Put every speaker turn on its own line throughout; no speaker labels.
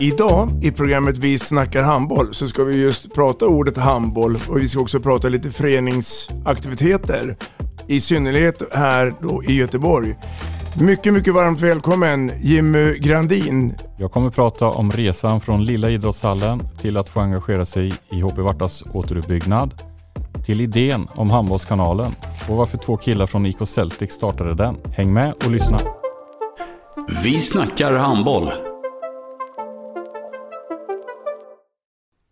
Idag i programmet Vi snackar handboll så ska vi just prata ordet handboll och vi ska också prata lite föreningsaktiviteter. I synnerhet här då i Göteborg. Mycket, mycket varmt välkommen Jimmy Grandin.
Jag kommer prata om resan från lilla idrottshallen till att få engagera sig i HB Vartas återuppbyggnad, till idén om handbollskanalen och varför två killar från IK Celtic startade den. Häng med och lyssna!
Vi snackar handboll.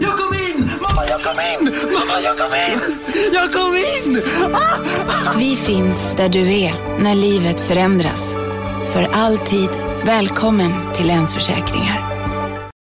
Jag kom in! Mamma, jag kom in! Mamma, jag kom in! Jag kom in! Ah!
Vi finns där du är när livet förändras. För alltid välkommen till Länsförsäkringar.